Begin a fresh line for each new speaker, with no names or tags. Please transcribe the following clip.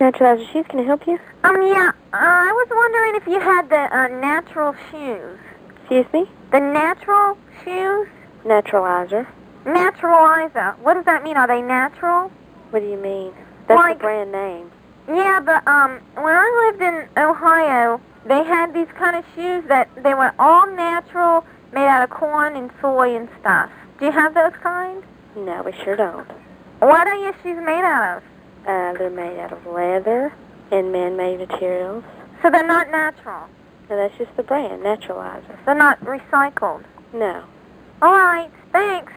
Natural Shoes, can I help you?
Um, yeah, uh, I was wondering if you had the uh, natural shoes.
Excuse me?
The natural shoes?
Naturalizer.
Naturalizer. What does that mean? Are they natural?
What do you mean? That's
Like-
the brand name.
Yeah, but um, when I lived in Ohio, they had these kind of shoes that they were all natural, made out of corn and soy and stuff. Do you have those kind?
No, we sure don't.
What are your shoes made out of?
Uh, they're made out of leather and man-made materials.
So they're not natural.
No, that's just the brand, Naturalizer.
They're not recycled.
No.
All right, thanks.